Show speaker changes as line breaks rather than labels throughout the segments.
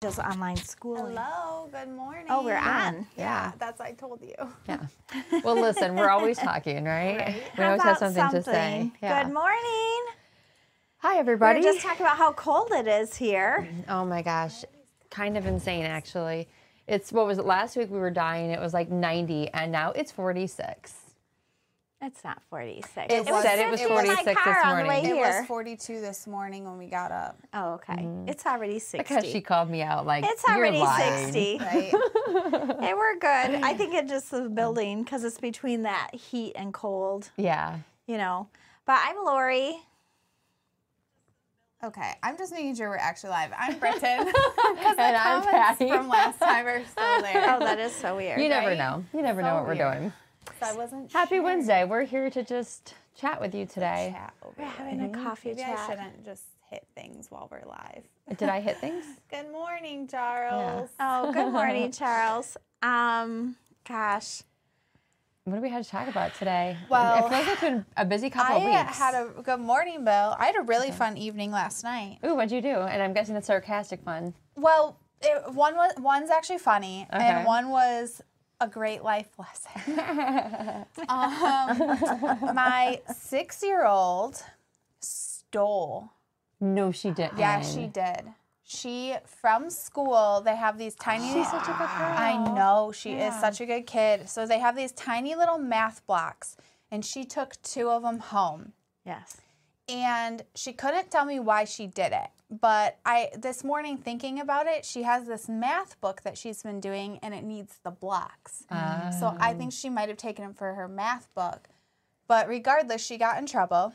Just online schooling.
Hello, good morning.
Oh, we're on.
Yeah,
Yeah.
that's I told you.
Yeah. Well, listen, we're always talking, right? We
How
always have
about
something, to say.
something?
Yeah.
Good morning.
Hi,
We
everybody.
We're just talking about how cold it is here.
oh my gosh, kind of insane, actually. It's what was it? Last week we were dying. It was like 90, and now it's 46.
It's not 46.
It said it was
in my
46
car
this
on the way
morning.
It
here.
was 42 this morning when we got up,
oh, okay. It's already 60.
Mm-hmm. Because she called me out like
it's
"You're
already
lying."
60.
right?
Hey, we're good. I think it just the building because it's between that heat and cold,
Yeah.
you know. But I'm Lori.
okay, I'm just making sure we're actually live. I'm Britton. Because the
And I'm
comments
Patty.
from last time are still there.
Oh, that is so weird.
You never
Right?
know. You never know
So
what we're
weird.
doing.
So I wasn't
Happy
sure.
Wednesday. We're here to just chat with you today.
Chat over
We're
there.
having a coffee
Maybe I
chat.
shouldn't just hit things while we're live.
Did I hit things?
Good morning, Charles.
Oh, good morning, Charles. Um, gosh.
What do we have to talk about today?
Well,
it feels like it's been a busy couple
I
of weeks.
had a good morning, Bill. I had a really fun evening last night.
Ooh, what'd you do? And I'm guessing it's sarcastic fun.
Well, it, one was one's actually funny,
Okay.
and one was a great life lesson. um, my six-year-old stole.
No, she didn't.
Yeah, she did. She from school. They have these tiny.
She's such a good girl.
I know she is such a good kid. So they have these tiny little math blocks, and she took two of them home
Yes.
and she couldn't tell me why she did it. But I this morning thinking about it, she has this math book that she's been doing and it needs the blocks. So I think she might have taken them for her math book. But regardless, she got in trouble.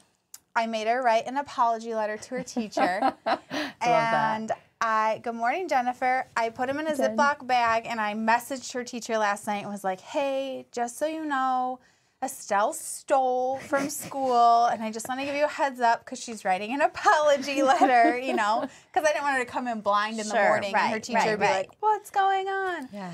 I made her write an apology letter to her teacher.
that.
and I good morning, Jennifer. I put him in a Ziploc bag and I messaged her teacher last night and was like, Hey, just so you know, Estelle stole from school, and I just want to give you a heads up because she's writing an apology letter, you know, because I didn't want her to come in blind in the
Sure,
morning and her
right,
teacher
right,
would be
right.
like, "What's going on?"
Yeah.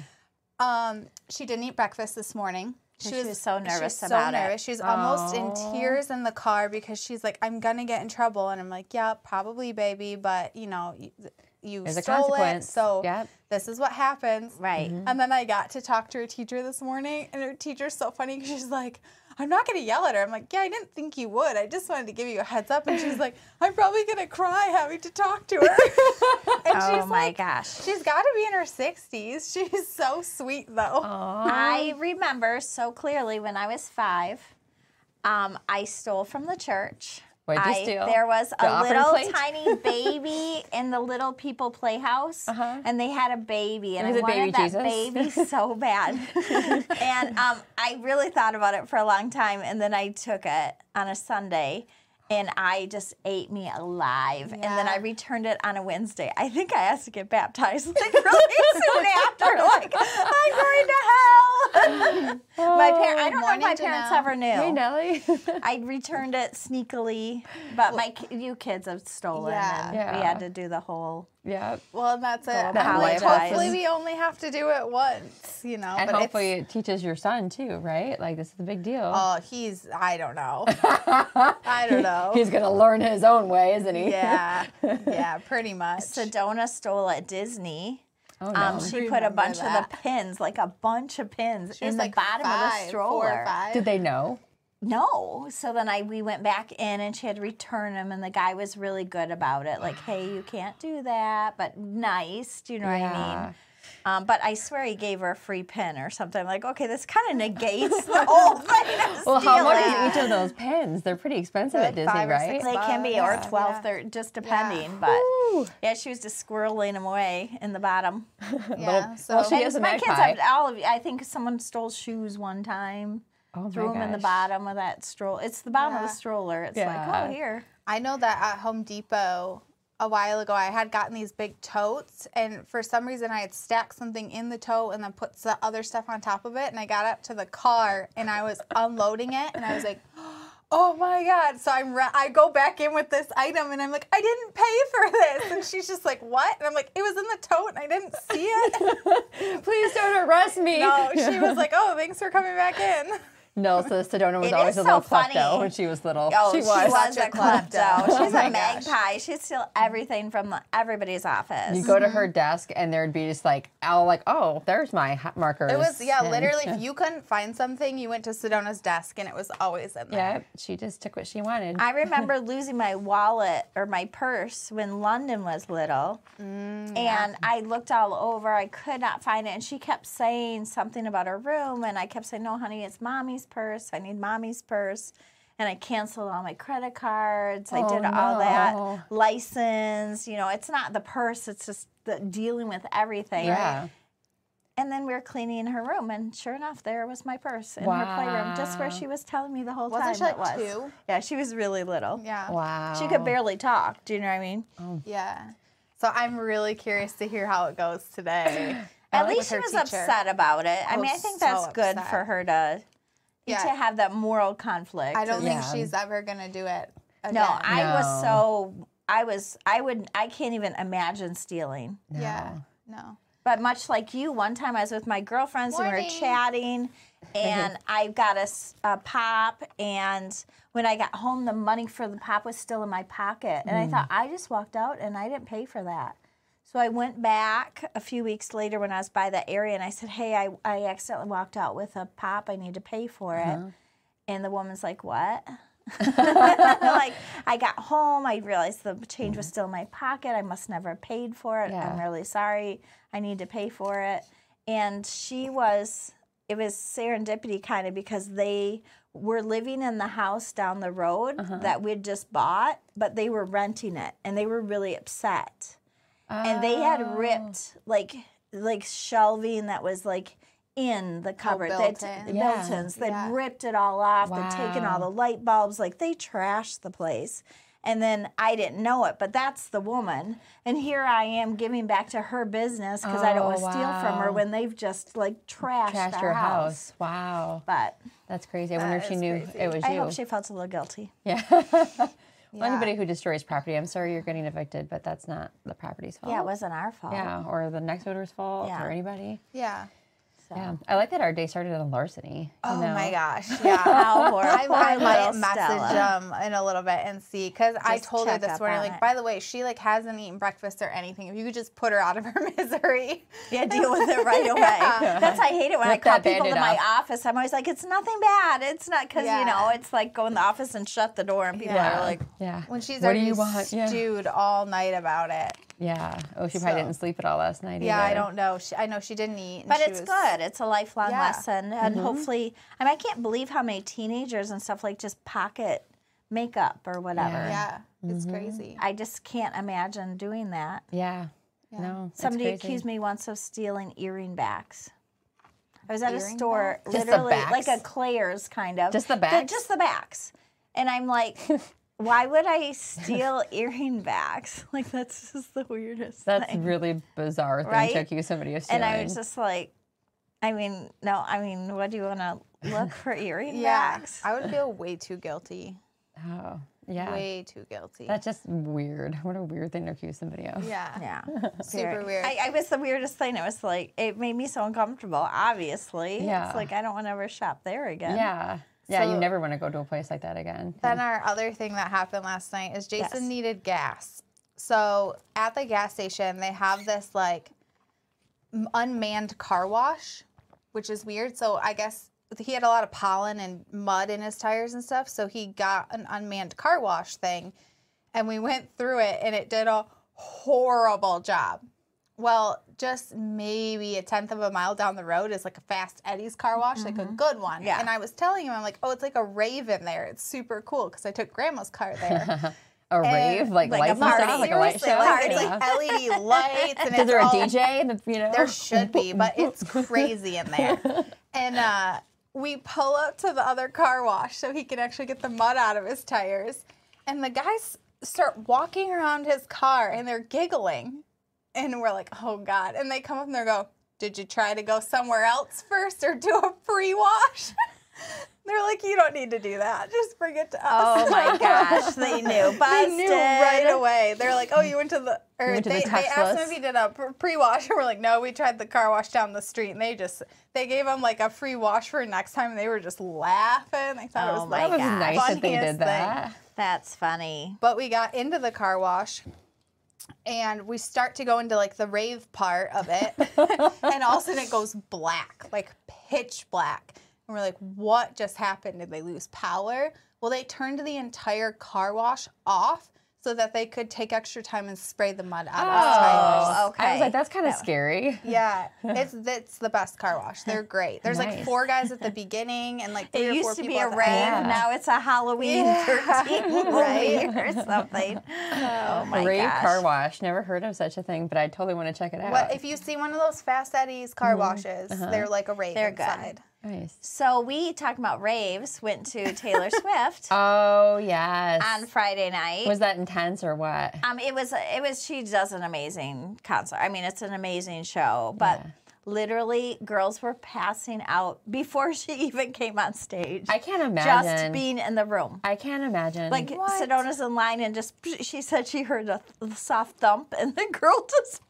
Um, she didn't eat breakfast this morning. She
was so
she
nervous
was so
about it.
nervous. She was almost in tears in the car because she's like, "I'm gonna get in trouble," and I'm like, "Yeah, probably, baby, but you know, you, you
There's a
stole it,
consequence.
so
Yep.
this is what happens."
Right. Mhm.
And then I got to talk to her teacher this morning, and her teacher's so funny because she's like. I'm not gonna yell at her. I'm like, yeah, I didn't think you would. I just wanted to give you a heads up. And she's like, I'm probably gonna cry having to talk to her. and
Oh
she's
my
like,
gosh.
She's got to be in her 60s. She's so sweet, though.
I remember so clearly when I was five, um, I stole from the church.
What'd you
I-
steal?
There was
The
a
offering
little
plate?
tiny baby in the little people playhouse, and they had a baby, and
Was
I
Uh-huh. it baby
wanted that
Jesus?
baby so bad. and um, I really thought about it for a long time, and then I took it on a Sunday. And I just ate me alive, and then
Yeah.
I returned it on a Wednesday. I think I asked to get baptized like really soon after. Like I'm going to hell. My parents, I don't know if
Oh, morning,
my parents
Janelle.
ever knew.
Hey, Nellie.
I returned it sneakily, but my ki- you kids have stolen.
Yeah.
and We
Yeah.
had to do the whole.
yep.
Well, and that's it. I'm
apologize.
like, hopefully, we only have to do it once, you know.
And
but
hopefully
It's,
it teaches your son too, right? Like this is a big deal.
oh, he's, I don't know. I don't know.
He's gonna learn his own way, isn't he?
yeah. Yeah, pretty much.
Sedona stole at Disney.
Oh no.
Um, she put a
Remember
bunch of
that.
the pins, like a bunch of pins,
She
in
was,
the
like,
bottom of
five,
the
Four
stroller.
or five.
Did they know?
No. So then I we went back in and she had to return them and the guy was really good about it. Like, hey, you can't do that, but nice. Do you know what I
Yeah.
mean? Um, but I swear he gave her a free pin or something. Like, okay, this kind of negates the whole thing. of
Well, how much
stealing.
is each of those pins? They're pretty expensive
They're like
at Disney,
five or
right?
six
They can be, or
Yeah.
12,
Yeah.
13, just depending. But yeah, she was just squirreling them away in the bottom.
yeah. So,
well, she
And
is a
my kids
magpie.
have all of I think someone stole shoes one time.
Oh my
Threw them in the
gosh.
bottom of that stroller. It's the bottom of
Yeah.
the stroller. It's
Yeah.
like, oh, here.
I know that at Home Depot a while ago, I had gotten these big totes, and for some reason, I had stacked something in the tote and then put the other stuff on top of it. And I got up to the car and I was unloading it, and I was like, "Oh my god!" So I'm ra- I go back in with this item, and I'm like, "I didn't pay for this," and she's just like, "What?" And I'm like, "It was in the tote, and I didn't see it."
Please don't arrest me.
"Oh, no, she was like, "Oh, thanks for coming back in."
No, so Sedona was
It
always
is
a little
so
klepto
funny.
when she was little.
Oh,
she was.
was
a
a klepto.
klepto.
Oh
She's
my
a
gosh.
magpie. She'd steal everything from the, everybody's office.
You go to her desk and there'd be just like, oh, like, oh, there's my hot markers.
It was yeah,
and-
literally. If you couldn't find something, you went to Sedona's desk, and it was always in there.
Yeah, she just took what she wanted.
I remember losing my wallet or my purse when London was little. and I looked all over. I could not find it. And she kept saying something about her room. And I kept saying, No, honey, it's mommy's purse. I need mommy's purse. And I canceled all my credit cards. I
Oh,
did all
no.
that. License. You know, it's not the purse, it's just the dealing with everything.
yeah.
And then we were cleaning her room, and sure enough, there was my purse in her playroom, just where
Wow.
she was telling me the whole
Wasn't
time.
she,
it
like,
was.
two?
Yeah, she was really little.
Yeah.
Wow.
She
Oh.
could barely talk. Do you know what I mean?
Yeah. So I'm really curious to hear how it goes today.
At
Like,
least she
with
was
her teacher.
upset about it. I
Oh,
mean, I think
so
that's good
upset.
for her to
Yeah.
to have that moral conflict.
I don't
Yeah.
think she's ever gonna do it. Again.
No, I was
No.
so I was I would I can't even imagine stealing.
Yeah. No.
But much like you, one time I was with my girlfriends and we
Morning.
were chatting, and I got a, s- a pop. And when I got home, the money for the pop was still in my pocket. And I thought, I just walked out and I didn't pay for that. So I went back a few weeks later when I was by that area and I said, Hey, I, I accidentally walked out with a pop. I need to pay for it. And the woman's like, What? like I got home, I realized the change was still in my pocket. I must never have paid for it. I'm
Yeah.
really sorry. I need to pay for it. And she was it was serendipity kind of because they were living in the house down the road that we'd just bought, but they were renting it and they were really upset. And they had ripped like like shelving that was like in the cupboard.
built
They'd-
in.
Yeah.
built-ins. They'd
Yeah.
ripped it all off. They'd taken all
Wow.
the light bulbs. Like they trashed the place. And then I didn't know it, but that's the woman. And here I am giving back to her business because I don't want to
Oh,
steal from her
wow.
when they've just like trashed,
trashed
our
her
house.
house. Wow.
But
That's crazy. I wonder
That
if she
is
knew
crazy.
it was
I
you.
hope she felt a little guilty.
yeah. Well, anybody who destroys property, I'm sorry you're getting evicted, but that's not the property's fault.
Yeah, it wasn't our fault.
Yeah, or the next owner's fault,
Yeah.
or anybody.
Yeah.
So.
Yeah, I like that our day started on larceny. you
Oh my
know?
gosh. Yeah.
How
I,
horrible.
I might
little Stella.
message um in a little bit and see because I
Just
told her
check
this
up
morning
on
like
it.
by the way she like hasn't eaten breakfast or anything if you could just put her out of her misery
Yeah, deal with it right away.
Yeah.
That's why I hate it when I
Rip
call
that
people to
Band-Aid
my
off.
office. I'm always like, it's nothing bad. It's not because you
Yeah.
know it's like go in the office and shut the door, and people
Yeah.
are like,
yeah.
when she's
what
already
do you want? Yeah.
stewed all night about it
yeah. Oh, she probably
So-
didn't sleep at all last night.
yeah I
either.
don't know she, I know she didn't eat and
But
she
it's
was-
good. It's a lifelong
Yeah.
lesson, and
Mm-hmm.
hopefully, I mean, I can't believe how many teenagers and stuff like just pocket makeup or whatever.
Yeah.
yeah it's
Mm-hmm.
crazy
I just can't imagine doing that.
Yeah. No. it's
Somebody
crazy.
accused me once of stealing earring backs. I was at a
Earring
store,
Just the
literally like a
backs?
Claire's kind of.
Just the
They're
backs?
Just the backs. And I'm like, why would I steal earring backs? Like that's just the weirdest
That's
thing.
really bizarre thing
Right?
to accuse somebody of stealing.
and I was just like, I mean, no, I mean, what do you want to look for earring
yeah
backs?
I would feel way too guilty
oh, yeah.
way too guilty
That's just weird. What a weird thing to accuse somebody of.
yeah
Yeah.
Super weird.
I, I was the weirdest thing. It was like, it made me so uncomfortable, obviously.
Yeah.
It's like, I don't want to ever shop there again.
Yeah. Yeah, you
So-
never want to go to a place like that again.
Then our other thing that happened last night is Jason
Yes.
needed gas. So at the gas station, they have this like m- unmanned car wash, which is weird. So I guess he had a lot of pollen and mud in his tires and stuff. So he got an unmanned car wash thing and we went through it and it did a horrible job. Well, just maybe a tenth of a mile down the road is like a fast Eddie's car wash, like
Mm-hmm.
a good one.
Yeah.
And I was telling him, I'm like, oh, it's like a raven there. It's super cool because I took grandma's car there.
a
and-
rave, like,
like a
lights and stuff,
party.
like a light show.
Seriously, like, it's
yeah.
like LED lights and
Is
it's
there a
all
DJ? And the, you know,
there should be, but it's crazy in there. And uh, we pull up to the other car wash so he can actually get the mud out of his tires. And the guys start walking around his car and they're giggling. And we're like, oh God. And they come up and they go, did you try to go somewhere else first or do a pre wash? they're like, you don't need to do that. Just bring it to us.
Oh my gosh, they knew. Busted.
They knew right away. They're like, oh, you went to the Or
went to the
they, they asked
touchless.
him if he did a pre wash, and we're like, no, we tried the car wash down the street, and they just they gave him like a free wash for next time, and they were just laughing. They thought it
Oh
was
my That was
like the
gosh.
nice that they
funniest
did that.
thing.
That's funny.
But we got into the car wash, and we start to go into like the rave part of it, and all of a sudden it goes black, like pitch black, and we're like, what just happened? Did they lose power? Well, they turned the entire car wash off so that they could take extra time and spray the mud out of the tires.
Oh, okay.
I was like, that's kind of scary.
Yeah, it's it's the best car wash. They're great. There's like
Nice.
four guys at the beginning and like three
It
or four
used to
people
be a
at the
rave,
end.
end.
now it's a Halloween
Yeah.
13
Right.
movie or something. Oh my
Rave
gosh.
car wash. Never heard of such a thing, but I totally want to check it out.
What if you see one of those Fast Eddie's car washes? They're like a rave
Mm-hmm. Uh-huh. They're good.
inside.
nice.
So we talked about raves, went to Taylor Swift
Oh yes.
on Friday night.
was that intense or what?
um, it was it was she does an amazing concert. I mean, it's an amazing show, but
Yeah.
literally girls were passing out before she even came on stage.
I can't imagine.
just being in the room.
I can't imagine.
Like Sedona's in line and just she said she heard a th- soft thump and the girl just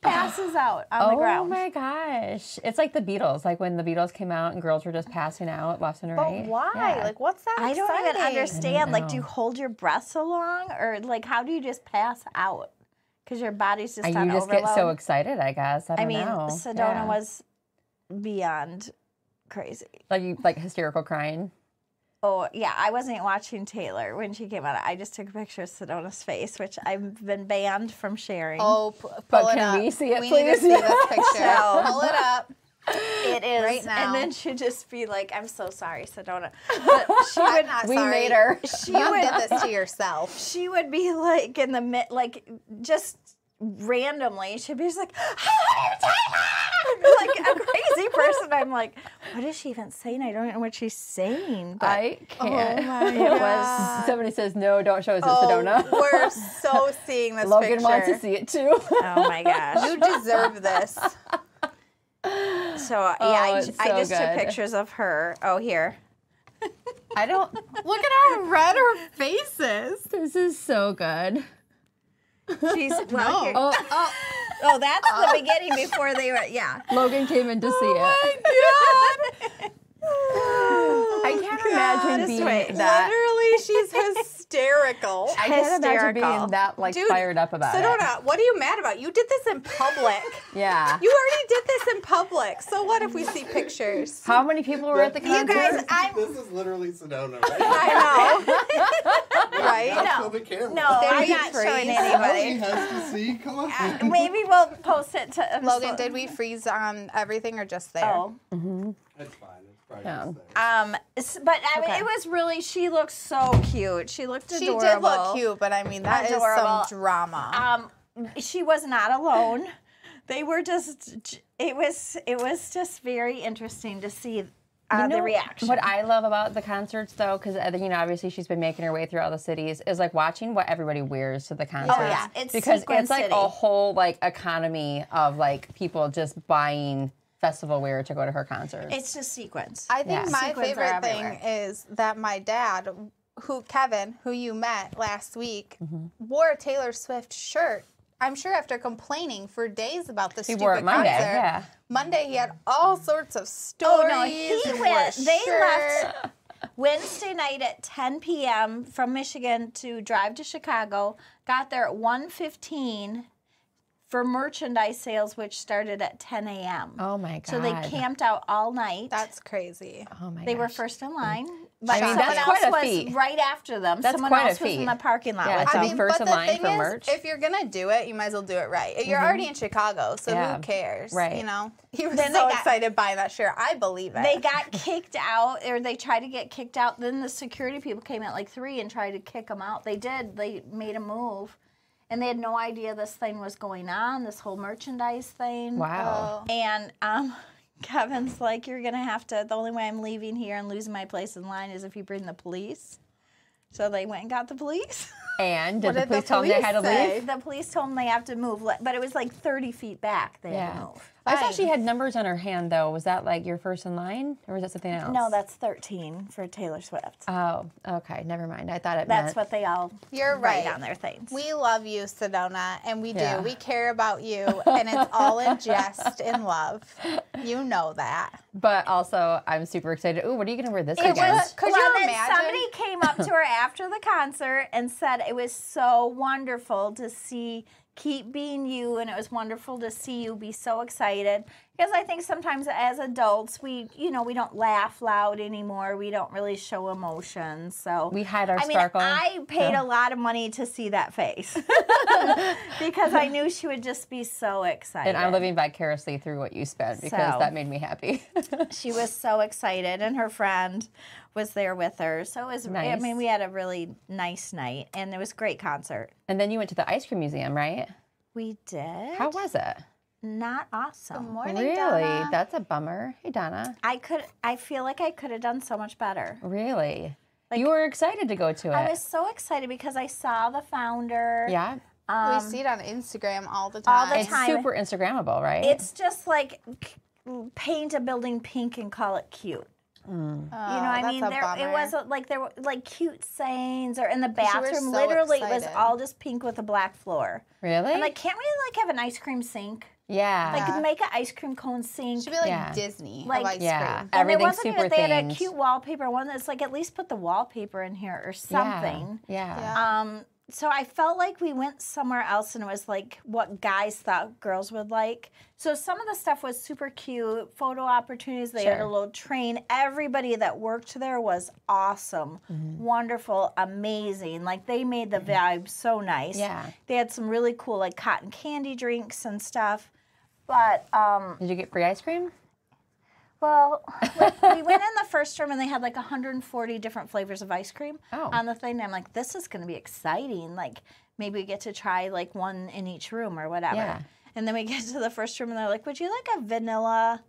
passes out on the
oh
ground.
my gosh, it's like the Beatles. Like when the Beatles came out and girls were just passing out left and
But
right.
why?
Yeah.
Like, what's that?
I don't even
exciting?
understand. like, do you
know.
hold your breath so long, or like, how do you just pass out? Because your body's just
And
on
you just
overload.
get so excited. I guess. I
I
don't
mean,
know.
Sedona
Yeah.
was beyond crazy.
like you, like hysterical crying.
Oh yeah, I wasn't watching Taylor when she came out. I just took a picture of Sedona's face, which I've been banned from sharing.
Oh, p- pull
But
it
can
up.
we see it,
we need to
please?
see this picture.
So-
pull it up.
it is
right now.
and then she'd just be like, "I'm so sorry, Sedona." But she would
I'm not
we
sorry.
made her.
she
You
would
did this to yourself.
she would be like in the mid, like just randomly, she'd be just like, "I love you, Taylor!" like a crazy person. I'm like, what is she even saying? I don't know what she's saying. But
I can't.
Oh my
it
God.
was somebody says no. Don't show us at
Oh,
Sedona.
we're so seeing this
Logan
picture.
wants to see it too.
oh my gosh.
You deserve this.
So uh, yeah, I,
it's
I
so
just took
good.
pictures of her. Oh here.
I don't.
Look at how red her face is.
This is so good.
She's well.
No.
here- Oh.
Oh, oh,
that's the beginning before they were. Yeah.
Logan came in to see it. I can't imagine
This
being
way.
that.
Literally, she's hysterical.
I can't imagine
hysterical.
being that like fired up about it.
Sedona, what are you mad about? You did this in public.
Yeah.
you already did this in public. So what if we see pictures?
How many people were at the
You
concert?
guys, I'm
This is literally Sedona, right?
I know. right?
Not
no.
till the camera.
no,
There
I'm
you
not
freeze.
showing
Nobody
anybody.
has to see. Come on.
Maybe we'll post it to um,
Logan, did we freeze on everything or just there?
Oh.
It's fine. It's probably
Yeah.
just there.
Um, s- but I mean,
Okay.
it was really. She looked so cute. She looked
She
adorable.
did look cute, but I mean, that is
Adorable.
some drama.
Um, she was not alone. They were just. It was. It was just very interesting to see uh,
You
the
know
reaction.
What I love about the concerts, though, because you know, obviously she's been making her way through all the cities, is like watching what everybody wears to the concerts.
Oh, yeah. It's
because
Sequin
it's like
City.
a whole like economy of like people just buying festival wear to go to her concerts.
it's just sequence.
I think
yeah.
my
Sequins are
favorite thing
everywhere.
is that my dad, who Kevin, who you met last week, wore a Taylor Swift shirt. I'm sure after complaining for days about this
He
stupid
wore it Monday,
concert.
yeah.
Monday he had all sorts of
Oh
stories.
no, he
and wore a
went. They
shirt.
left Wednesday night at 10 p.m. from Michigan to drive to Chicago. Got there at 1:15 for merchandise sales, which started at 10 a.m.
oh my god!
So they camped out all night.
That's crazy.
Oh my.
they
gosh.
were first in line. But
mean,
someone
that's
else
quite a
was
feat.
right after them.
That's
someone
quite a
else was in
feet.
the parking lot
Yeah,
with
it's
them.
out first in line for merch.
if you're gonna do it, you might as well do it right. You're already in Chicago, so
Yeah.
who cares?
Right.
You know. He was
Mm-hmm. Then they
so
got-
excited buying that shirt. I believe it.
they got kicked out, or they tried to get kicked out. Then the security people came at like three and tried to kick them out. They did. They made a move, and they had no idea this thing was going on. This whole merchandise thing.
Wow.
Oh.
And um, Kevin's like, "You're gonna have to. The only way I'm leaving here and losing my place in line is if you bring the police." So they went and got the police.
And did
What
the
did the
police tell them they
police
had to
say?
leave?
the police told them they have to move, like- but it was like 30 feet back. They had
Yeah.
to move.
I saw
fine.
she had numbers on her hand though. Was that like your first in line, or was that something else?
No, that's 13 for Taylor Swift.
Oh, okay. Never mind. I thought it.
That's
meant,
what they all
You're
write
right.
on their things.
We love you, Sedona, and we do.
Yeah.
We care about you, and it's all in jest and love. You know that.
But also, I'm super excited. Ooh, what are you gonna wear this
It
weekend?
was.
Could you
well, then
imagine?
Somebody came up to her after the concert and said it was so wonderful to see keep being you, and it was wonderful to see you be so excited. Because I think sometimes as adults, we you know we don't laugh loud anymore. We don't really show emotion. So
we hide our
I mean,
sparkle.
I paid a lot of money to see that face because I knew she would just be so excited.
and I'm living vicariously through what you spent because
So.
that made me happy.
she was so excited and her friend was there with her so it was i
Nice.
mean we had a really nice night and it was a great concert
and then you went to the ice cream museum, right?
we did
How was it?
not
Good
awesome
morning,
really?
Donna.
That's a bummer. Hey, Donna.
i could i feel like i could have done so much better
Really? you were excited to go to it.
i was so excited because i saw the founder
yeah.
we
um,
see it on Instagram all the
all
time.
the
It's
time.
super Instagrammable, right?
it's just like k- paint a building pink and call it cute
Oh,
You know, I mean, there it wasn't like there were like cute sayings or in the
you were
bathroom.
so
literally, it was
excited.
all just pink with a black floor.
really?
I'm like, can't we like have an ice cream sink?
yeah.
Like
Yeah.
make an ice cream cone sink.
Should be like
Yeah.
Disney
Like-
of ice
Yeah.
cream.
and it
everything's
wasn't
super
even, they had a
themed.
cute wallpaper one that's like at least put the wallpaper in here or
Yeah,
something.
Yeah.
Yeah.
Um, so I felt like we went somewhere else and it was like what guys thought girls would like. So some of the stuff was super cute, photo opportunities. They had a
Sure.
little train. Everybody that worked there was awesome,
Mm-hmm.
wonderful, amazing. Like they made the vibe so nice.
Yeah.
They had some really cool like cotton candy drinks and stuff. But um,
Did you get free ice cream?
well, like, we went in the first room and they had like 140 different flavors of ice cream
Oh.
on the thing. And I'm like, this is going to be exciting. Like, maybe we get to try like one in each room or whatever.
Yeah.
And then we get to the first room and they're like, would you like a vanilla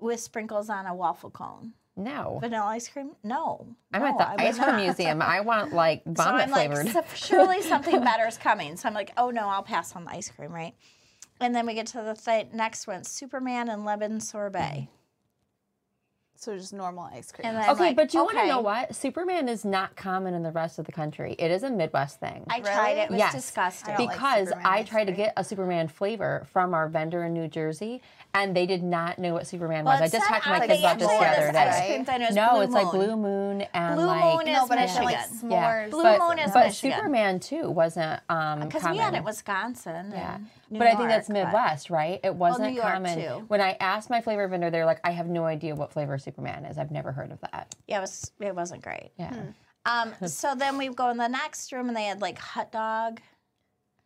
with sprinkles on a waffle cone?
No.
Vanilla ice cream? No.
I'm
no,
at the
I would
ice cream
not."
museum. I want like
So
vomit
I'm
flavored.
like, "So- surely something better is coming. So I'm like, oh no, I'll pass on the ice cream, right? And then we get to the th- next one Superman and lemon sorbet.
So just normal ice cream.
And then
okay,
like,
but you want to
okay.
know what? Superman is not common in the rest of the country. It is a Midwest thing.
I tried it. It was
Yes.
disgusting.
I don't like
because
Superman
I
ice
tried to
cream.
get a Superman flavor from our vendor in New Jersey, and they did not know what Superman
Well,
was. I
it's
just
not
talked to my
out-
kids
they
about this the
actually had
other
this
day.
ice cream thing, it was
no,
Blue
it's like
Moon.
Blue Moon and
Blue
like
Moon is
no, but it's
Michigan.
like s'mores.
Blue
but,
Moon is
but
Michigan.
Superman too wasn't um
Because we had it
common.
in Wisconsin.
Yeah.
and New
But I think that's
York, but-
Midwest, right? It wasn't
New York,
common.
too.
When I asked my flavor vendor, they're like, I have no idea what flavor Superman is. I've never heard of that.
Yeah, it, was, it wasn't great.
Yeah.
Um, so then we go in the next room and they had like hot dog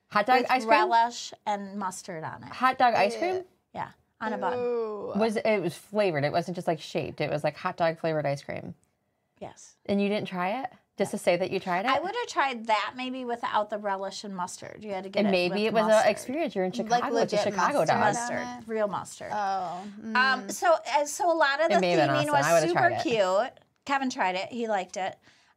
Hot dog
with
ice cream?
relish and mustard on it.
Hot dog ice cream?
Yeah, on a bun.
Ooh.
Was it was flavored. It wasn't just like shaped. It was like hot dog flavored ice cream.
Yes.
And you didn't try it? Just to say that you tried it?
I would have tried that maybe without the relish and mustard. You had to get
and
it
maybe
with
it was
mustard.
an experience. You're in Chicago. it's a
legit
Chicago
mustard.
dog.
Must-
Mustard,
on it.
real mustard.
Oh. mm.
Um, so uh, so a lot of the
It may have been
theming
awesome. I
was
would've
super
tried
cute. Kevin tried it; he liked it.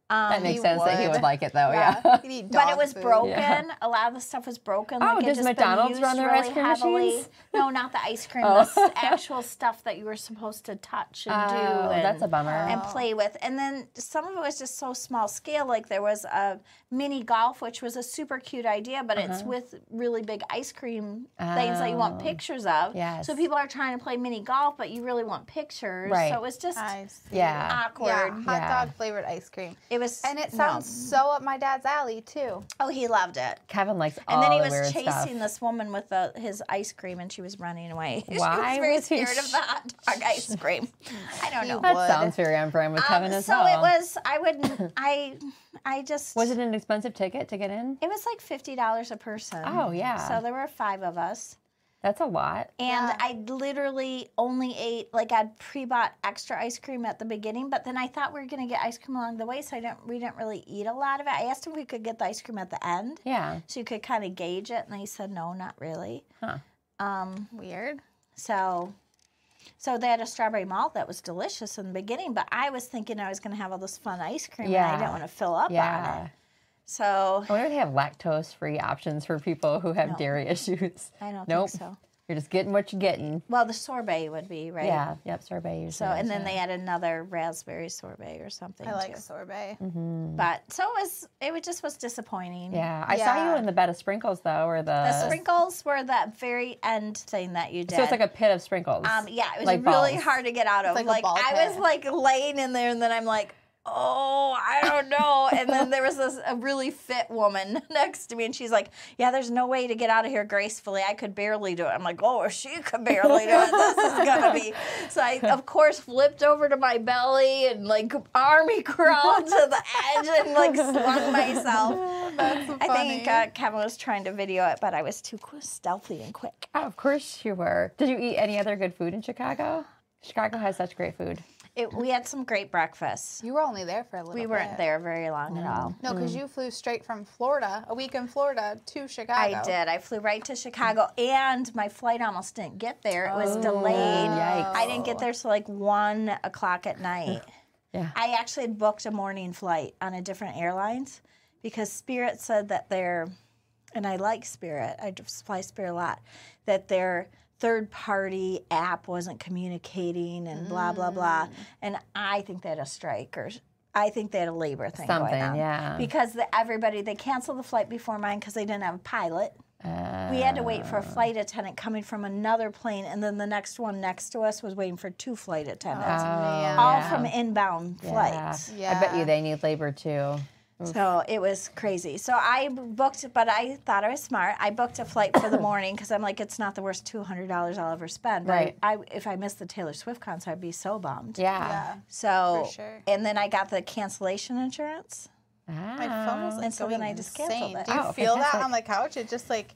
Um,
That makes
He
sense that he
would.
would like it though. Yeah.
Yeah. You could eat
but
dog
it was
food.
broken.
Yeah.
A lot of the stuff was broken.
Oh,
like it
does
just
McDonald's
been
run
used
their
really
ice cream
heavily.
machines?
No, not the ice cream.
Oh.
The s- actual stuff that you were supposed to touch and do.
Oh,
and,
that's a bummer.
And play with. And then some of it was just so small scale. Like there was a mini golf, which was a super cute idea, but
Uh-huh.
it's with really big ice cream things that you want pictures of.
Oh. Yes.
So people are trying to play mini golf, but you really want pictures.
Right.
So it was just
I see.
Yeah.
awkward.
Yeah, hot
Yeah.
dog flavored ice cream.
It was.
And it
no.
sounds so up my dad's alley too.
Oh, he loved it.
Kevin likes all
And then he
the
was
weird
chasing
stuff.
this woman with the, his ice cream, and she was running away.
Why
she was very
was he
scared of the hot dog ice cream. I don't know.
That
would.
sounds very on brand with Kevin
Um,
as
so
well.
it was. I would. I. I just.
Was it an expensive ticket to get in?
It was like fifty dollars a person.
Oh, yeah.
So there were five of us,
That's a lot.
and
Yeah.
I literally only ate like I'd pre-bought extra ice cream at the beginning, but then I thought we were gonna get ice cream along the way, so I didn't. We didn't really eat a lot of it. I asked if we could get the ice cream at the end,
Yeah.
so you could kind of gauge it, and they said no, not really.
Huh.
Um.
Weird.
So, so they had a strawberry malt that was delicious in the beginning, but I was thinking I was going to have all this fun ice cream, and I
Yeah.
didn't want to fill up on
Yeah.
it. So
I wonder if they have lactose free options for people who have dairy issues.
I don't
Nope.
think so.
You're just getting what you're getting.
Well, the sorbet would be right.
Yeah. Yep. Sorbet.
So and then they had another raspberry sorbet or something.
I like
too.
sorbet.
Mm-hmm.
But so it was. It was- just was disappointing.
Mm. Yeah. I saw you
Yeah.
in the bed of sprinkles though, or the.
The sprinkles were that very end thing that you did.
So it's like a pit of sprinkles.
Um, yeah, it was
like
really
balls.
hard to get out of.
like
Like,
a ball
I was
pit.
like laying in there, and then I'm like, oh, I don't know. and then there was this a really fit woman next to me, and she's like, yeah, there's no way to get out of here gracefully. I could barely do it. I'm like, oh, if she could barely do it. This is gonna be. So I, of course, flipped over to my belly and like army crawled to the edge and like slung myself.
That's funny.
I think uh, Kevin was trying to video it, but I was too qu- stealthy and quick.
Oh, of course you were. Did you eat any other good food in Chicago? Chicago has such great food.
It, we had some great breakfasts.
you were only there for a little.
We weren't
bit.
there very long at all.
No,
Mm.
because you flew straight from Florida, a week in Florida to Chicago.
I did. I flew right to Chicago, and my flight almost didn't get there. It was delayed.
yikes.
I didn't get there till like one o'clock at night.
Yeah.
I actually had booked a morning flight on a different airlines because Spirit said that their, and I like Spirit. I d- fly Spirit a lot. That their third party app wasn't communicating and blah blah
Mm.
blah. And I think they had a strike or. I think they had a labor thing
Something,
going on.
yeah.
Because the, everybody, they canceled the flight before mine because they didn't have a pilot.
Uh,
We had to wait for a flight attendant coming from another plane, and then the next one next to us was waiting for two flight attendants,
man.
all
Oh, yeah.
from inbound
Yeah.
flights.
I bet
Yeah.
you they need labor too.
So it was crazy. So I booked, but I thought I was smart. I booked a flight for the morning because I'm like, it's not the worst two hundred dollars I'll ever spend. But
Right.
I, if I missed the Taylor Swift concert, I'd be so bummed.
Yeah.
Yeah.
So,
For sure.
and then I got the cancellation insurance.
My
Ah.
phone was like
Oh, And so
going
then I just canceled
insane.
it.
Do you
Oh,
feel
fantastic.
that on the couch? It just like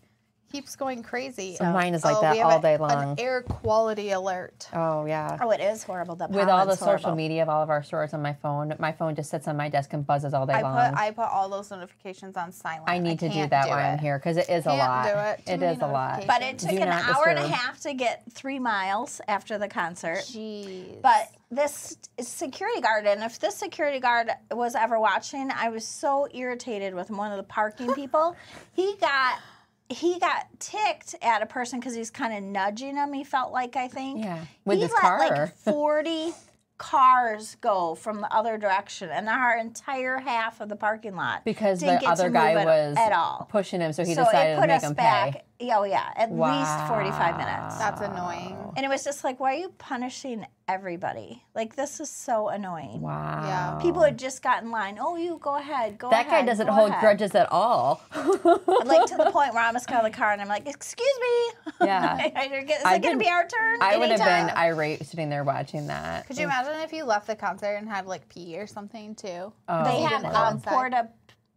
keeps going crazy.
So mine is like
Oh,
that
we have
all
a-
day
An
long.
air quality alert.
oh yeah.
Oh, it is horrible. The
With all the
pollen's
social
horrible.
media of all of our stores on my phone, my phone just sits on my desk and buzzes all day
I
long.
put I put all those notifications on silent.
I need to do
can't
that while I'm
it.
here because it is a
Can't
lot.
do it. Too
It
many
is a lot.
notifications.
But it
Do
took an
not
hour and a
disturb.
half to get three miles after the concert.
Jeez.
But this security guard, and if this security guard was ever watching, I was so irritated with one of the parking people. he got he got ticked at a person because he's kind of nudging him. He felt like I think
Yeah, with
he
his
let
car.
like forty cars go from the other direction, and our entire half of the parking lot
because
didn't
the
get to
other
move
guy
at-
was
at all.
pushing him, so he
so
decided
it
to
put
make
us
him
back.
pay.
Yeah, oh yeah, at least forty-five minutes.
that's annoying.
And it was just like, why are you punishing everybody? Like, this is so annoying.
Wow.
Yeah.
People had just got in line. Oh, you go ahead, go
That
ahead.
guy doesn't
go
hold
ahead."
grudges at all.
Like, to the point where I almost got out of the car and I'm like, excuse me.
Yeah.
is
I've
it
been-
going to be our turn?
I would have
Anytime.
been irate sitting there watching that.
Could you imagine if you left the concert and had like pee or something too?
Oh,
They had
didn't go
um,
inside.
porta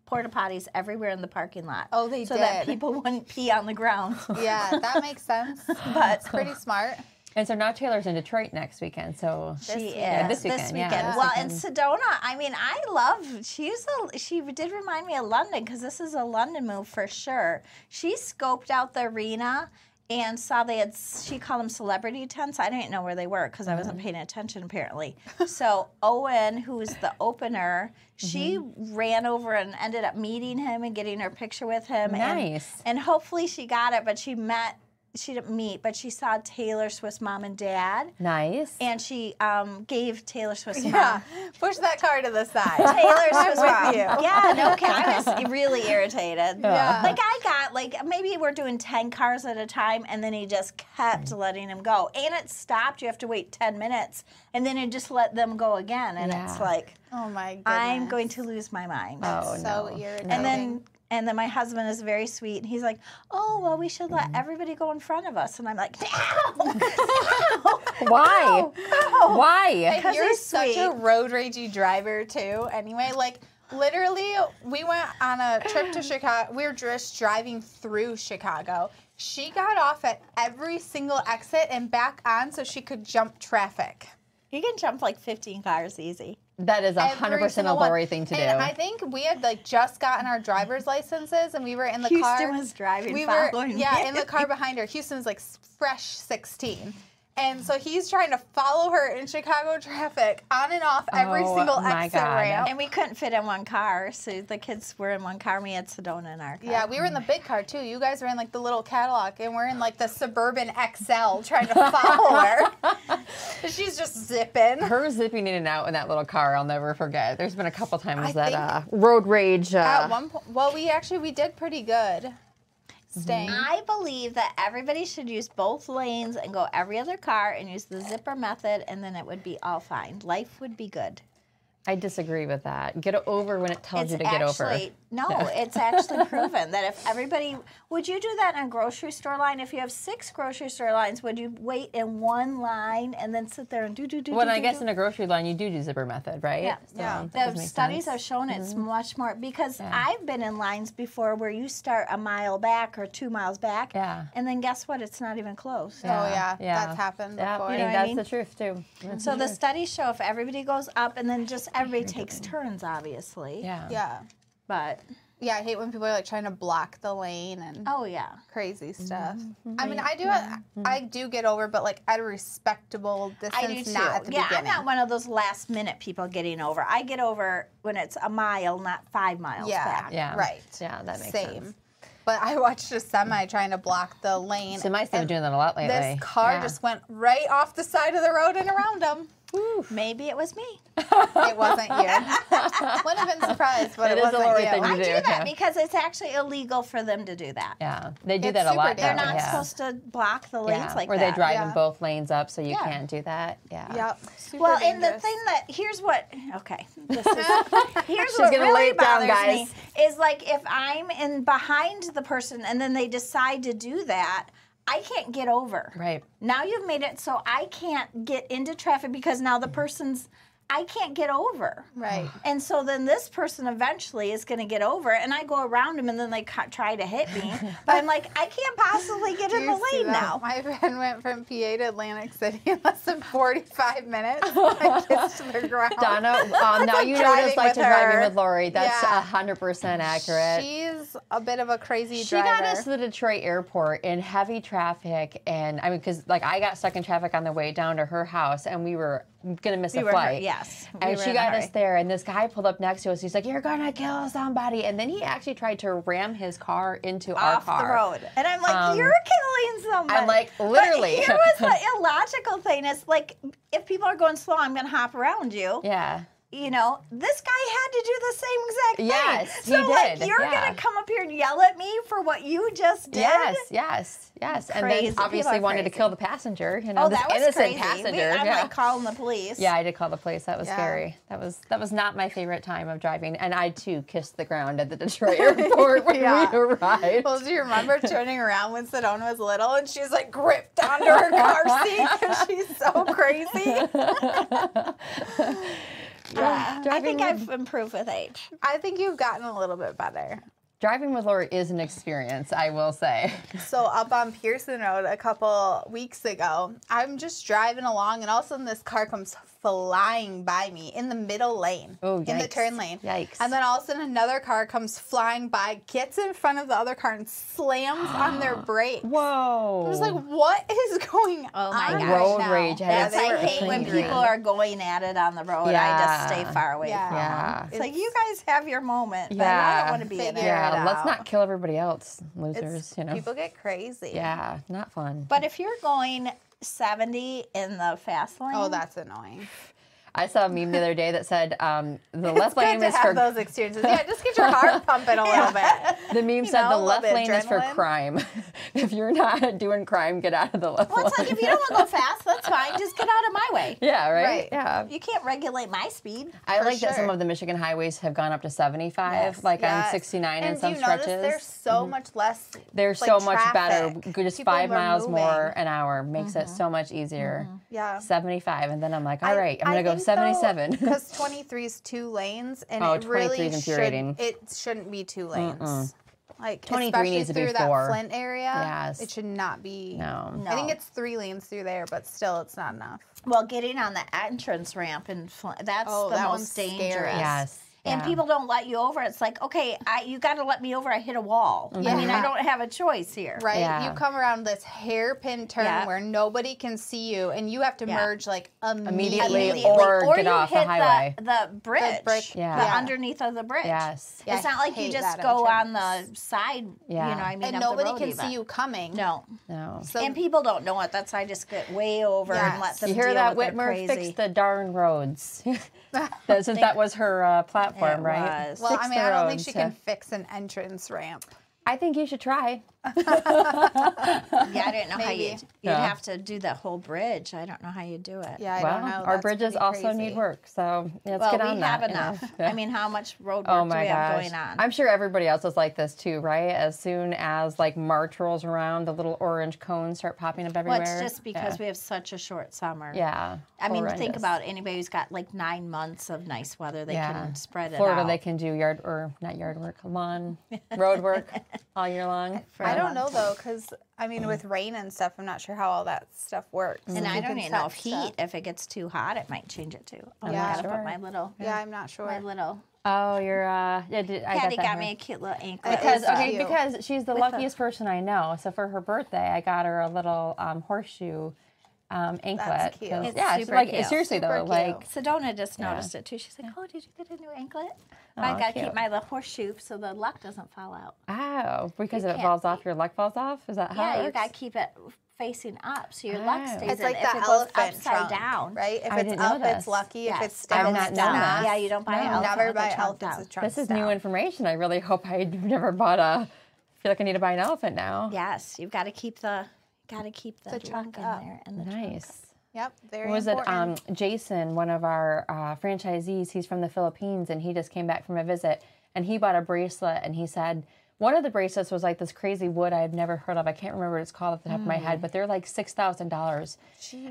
porta potties everywhere in the parking lot.
Oh, they
so that
did.
people wouldn't pee on the ground.
Yeah, that makes sense. That's pretty smart.
and so now Taylor's in Detroit next weekend. So
She is
weekend.
This weekend, yeah, this
well, and Sedona. I mean, I love. She's a. She did remind me of London because this is a London move for sure. She scoped out the arena and saw they had. She called them celebrity tents. I didn't know where they were because I
Mm-hmm.
wasn't paying attention apparently. so Owen, who was the opener, she
Mm-hmm.
ran over and ended up meeting him and getting her picture with him. and-
Nice.
and hopefully she got it, but she met. She didn't meet, but she saw Taylor Swift's mom and dad
nice.
and she um, gave Taylor Swift's mom.
Yeah, push that car to the side.
Taylor Swift's
with
mom.
you.
Yeah, no kidding. I was really irritated.
Yeah.
Like I got like maybe we're doing ten cars at a time, and then he just
Mm.
kept letting him go, and it stopped. You have to wait ten minutes, and then he just let them go again, and it's
Yeah.
like
Oh my goodness.
I'm going to lose my mind.
oh
so
no.
irritating.
And then and then my husband is very sweet and he's like, Oh, well we should let
Mm.
everybody go in front of us and I'm like, No
Why? Why?
And
Because
you're
he's
such
sweet.
a road ragey driver too. Anyway, like literally, we went on a trip to Chicago. We were just driving through Chicago. She got off at every single exit and back on so she could jump traffic.
You can jump like fifteen cars easy.
That is a
Every
hundred percent a
single one.
Lori thing to do.
And I think we had like just gotten our driver's licenses, and we were in the
Houston
car.
was driving,
We were
following
yeah
me.
in the car behind her. Houston was like s- fresh sixteen, And so he's trying to follow her in Chicago traffic on and off every
Oh,
single
my
exit
God.
ramp.
And we couldn't fit in one car, so the kids were in one car. and We had Sedona in our car.
Yeah, we were in the big car too. You guys were in like the little Cadillac, and we're in like the suburban XL trying to follow her. She's just zipping.
Her zipping in and out in that little car, I'll never forget. There's been a couple times
I
that
think-
uh, road rage. Uh,
At one point, well, we actually we did pretty good staying.
I believe that everybody should use both lanes and go every other car and use the zipper method, and then it would be all fine. Life would be good.
I disagree with that. Get over when it tells you to get over.
actually no, it's actually proven that if everybody would you do that in a grocery store line? If you have six grocery store lines, would you wait in one line and then sit there and do do do?
Well,
do,
I
do,
guess
do?
in a grocery line, you do do zipper method, right?
Yeah.
So
Yeah.
that does
the
make
studies
sense. Mm-hmm.
have shown it's much more because I've been in lines before where you start a mile back or two miles back,
Yeah.
and then guess what? It's not even close.
Oh, yeah, that's happened
Yeah,
before.
I
You
know
think
what I
that's
mean?
the truth too. That's
So
the
the
truth.
studies show if everybody goes up and then just everybody takes turns, obviously.
yeah.
yeah,
But
yeah. I hate when people are like trying to block the lane and
oh yeah.
crazy stuff. I mean, I do I do get over, but like at a respectable distance,
I do too.
not at the
yeah, I'm
beginning.
not one of those last minute people getting over. I get over when it's a mile, not five miles
yeah,
back.
Yeah.
right.
Yeah, that makes
Same.
sense.
But I watched a semi trying to block the lane.
So my been
and
doing that a lot lately.
this car
Yeah.
just went right off the side of the road and around him.
Maybe it was me.
It wasn't you. Would have been surprised, but it,
It is a
wasn't
Lori
you.
thing to
I do that
yeah.
because it's actually illegal for them to do that.
Yeah, they do
It's
that a
super
lot.
dangerous.
They're
now,
not
yeah.
supposed to block the lanes
yeah.
like
Or
that.
they drive in
Yeah.
both lanes up, so you
Yeah.
can't do that. Yeah.
Yep. Super
Well, and the
dangerous.
thing that here's what okay, this is, here's
She's
what
gonna
really
lay it down,
bothers
guys.
me is like if I'm in behind the person and then they decide to do that, I can't get over.
Right.
Now you've made it so I can't get into traffic because now the person's I can't get over.
Right.
And so then this person eventually is going to get over it, and I go around them, and then they ca- try to hit me. But I'm like, I can't possibly get in
You
the
see
lane
that?
now.
My friend went from PA to Atlantic City in less than 45 minutes. I kissed to the ground.
Donna, um, now
Oh. like
you know what
driving
it's like
with
to driving
her.
with Lori. That's
Yeah.
hundred percent accurate.
She's a bit of a crazy
She
driver.
got us to the Detroit airport in heavy traffic, and I mean, because like I got stuck in traffic on the way down to her house, and we were gonna miss
We
a
were hur-
flight.
yes, we
and
were
she
in a
got us
hurry.
there, and this guy pulled up next to us. He's like, "You're gonna kill somebody," and then he actually tried to ram his car into our
Off
car.
the road, and I'm like,
Um,
"You're killing someone."
I'm like,
But
literally.
here was the illogical thing: is like, if people are going slow, I'm going to hop around you.
Yeah.
You know, this guy had to do the same exact thing.
Yes, he
so like,
did,
you're
yeah.
going to come up here and yell at me for what you just did?
Yes, yes, yes. And
Crazy.
then
People
obviously
are
wanted to
crazy.
kill the passenger. You know,
Oh,
this
that was
innocent
crazy. We-
passenger.
I'm
yeah.
like calling the police.
yeah, I did call the police. That was
Yeah.
scary. That was that was not my favorite time of driving. And I too kissed the ground at the Detroit airport when
Yeah.
we arrived.
Well, do you remember turning around when Sedona was little and she's like gripped onto her car seat because she's so crazy?
Yeah.
I
driving
think
with,
I've improved with age.
I think you've gotten a little bit better.
driving with Laura is an experience, I will say.
So up on Pearson Road a couple weeks ago, I'm just driving along and all of a sudden this car comes flying by me in the middle lane,
Oh,
in the
yikes.
turn lane.
Yikes.
And then all of a sudden another car comes flying by, gets in front of the other car and slams on their brakes.
Whoa.
I was like, what is going
Oh
on?
my gosh.
Road
now?
rage
Yeah,
has
That's
they
I
were
hate when
angry.
people are going at it on the road. I just
Yeah.
stay far away from 'em.
Yeah.
It's like you guys have your moment, but I
Yeah.
don't want to be in it.
Figure it
yeah, let's
out.
not kill everybody else, losers,
It's-
you know.
People get crazy.
yeah, not fun.
But if you're going 70 in the fast lane,
Oh, that's annoying.
I saw a meme the other day that said um, the left
Good
lane
to
is
have
for
those experiences. Yeah, just get your heart pumping a little bit.
The meme said
know,
the
a little
left
bit of
lane is for
adrenaline.
crime. if you're not doing crime, get out of the left
well, it's
lane.
like if you don't want to go fast, that's fine. Just get out of my way.
yeah, right?
Right.
Yeah.
You can't regulate my speed.
I
for
like that some
sure.
of the Michigan highways have gone up to 75,
Yes.
like on
Yes.
69
and
in some
do you
stretches.
Notice there's so much less.
They're
like,
so much better.
traffic.
Go Just
People
five
were
miles more
moving. Uh-huh. Mm-hmm.
an hour makes it so much easier.
Yeah.
75, and then I'm like, all right, I'm gonna go 77.
Because 23 is two lanes, and
Oh,
it really
23 is infuriating.
should, it shouldn't be two lanes. Like
23
especially
needs to be
through that
four.
Flint area.
Yes.
It should not be.
no.
No.
I think it's three lanes through there, but still, it's not enough.
Well, getting on the entrance ramp and fl- that's
Oh,
the
that
most
one's scary.
dangerous.
Yes.
and
Yeah.
people don't let you over. It's like, okay, I, you got to let me over. I hit a wall. I mean, I
Yeah.
don't have a choice here.
Right?
Yeah.
You come around this hairpin turn
Yeah.
where nobody can see you and you have to
Yeah.
merge like immediately.
Immediately or get
you
off the
hit
highway.
The, the bridge, the,
brick-
Yeah. Yeah.
underneath of the bridge.
Yes.
Yeah,
it's
I
not like you
hate
just
that
go on the
entrance.
side.
Yeah.
you know, what I mean,
and
of
nobody
the road
can
even.
see you coming.
No,
No.
So
and people don't know it. That's why I just get way over and let
Yes.
them
you hear
deal
that
with their
Whitmer
crazy.
fixed the darn roads. That- Since that was her uh, platform,
It
right?
was.
well,
Fix
I mean,
the
I don't
road
think she
to-
can fix an entrance ramp.
I think you should try.
yeah, I didn't know how
Maybe.
you would
Yeah.
have to do that whole bridge. I don't know how you do it.
Yeah, I
well,
don't know.
our
That's
bridges
pretty
also
crazy.
need work, so yeah, let's
well,
get
we
on
have
that. you know?
enough. I mean, how much road work
Oh
do
my
we have
gosh!
going on?
I'm sure everybody else is like this too, right? As soon as like March rolls around, the little orange cones start popping up everywhere.
well, it's just because
yeah.
we have such a short summer.
Yeah.
I mean, think
horrendous.
about anybody who's got like nine months of nice weather. They
Yeah.
can spread it
Florida.
out.
They can do yard or not yard work, lawn, road work all year long.
For
I
a long
don't know though, because I mean, with rain and stuff, I'm not sure how all that stuff works.
And
If
I
Mm. you
don't
can
even know
set
if heat,
stuff-
if it gets too hot, it might change it too. Oh,
Yeah.
I gotta
Sure.
put my little,
Yeah, I'm not sure.
my little.
Oh, you're uh, yeah. Did, I
Patty
got, that
got
from-
me a cute little anklet.
Because-
Because
It was
okay,
cute.
because she's the luckiest person I know. So for her birthday, I got her a little um, horseshoe um, anklet.
cute.
'cause-
It's
yeah,
super
like
cute.
seriously
Super
though,
cute.
like
Sedona just noticed it too. She's like, "Oh, did you get a new anklet? I
Aw,
gotta
cute.
keep my little horseshoe so the luck doesn't fall out.
oh, because if it
can't
falls off, your luck falls off. Is that how it
yeah, you
works?
gotta keep it facing up so your luck
Oh.
stays
It's
in.
like
if
the
it goes
elephant
upside
trunk,
down,
right? If
I
it's
didn't know
up,
this.
it's lucky.
Yes.
If it's
I've
down,
not
it's
done
not. Mm-hmm.
that.
Yeah, you don't buy an elephant
Never
with a
buy
trunk
elephants
down.
with trunks
This is
down.
new information. I really hope I never bought a. I feel like I need to buy an elephant now.
Yes, you've got to keep the got to keep the,
The
trunk
trunk
in
up.
there and the
Nice.
Yep, very
was it
important.
um, Jason, one of our uh, franchisees? He's from the Philippines, and he just came back from a visit, and he bought a bracelet, and he said one of the bracelets was like this crazy wood I had never heard of. I can't remember what it's called off the top of my
Mm.
head, but they're like six thousand dollars,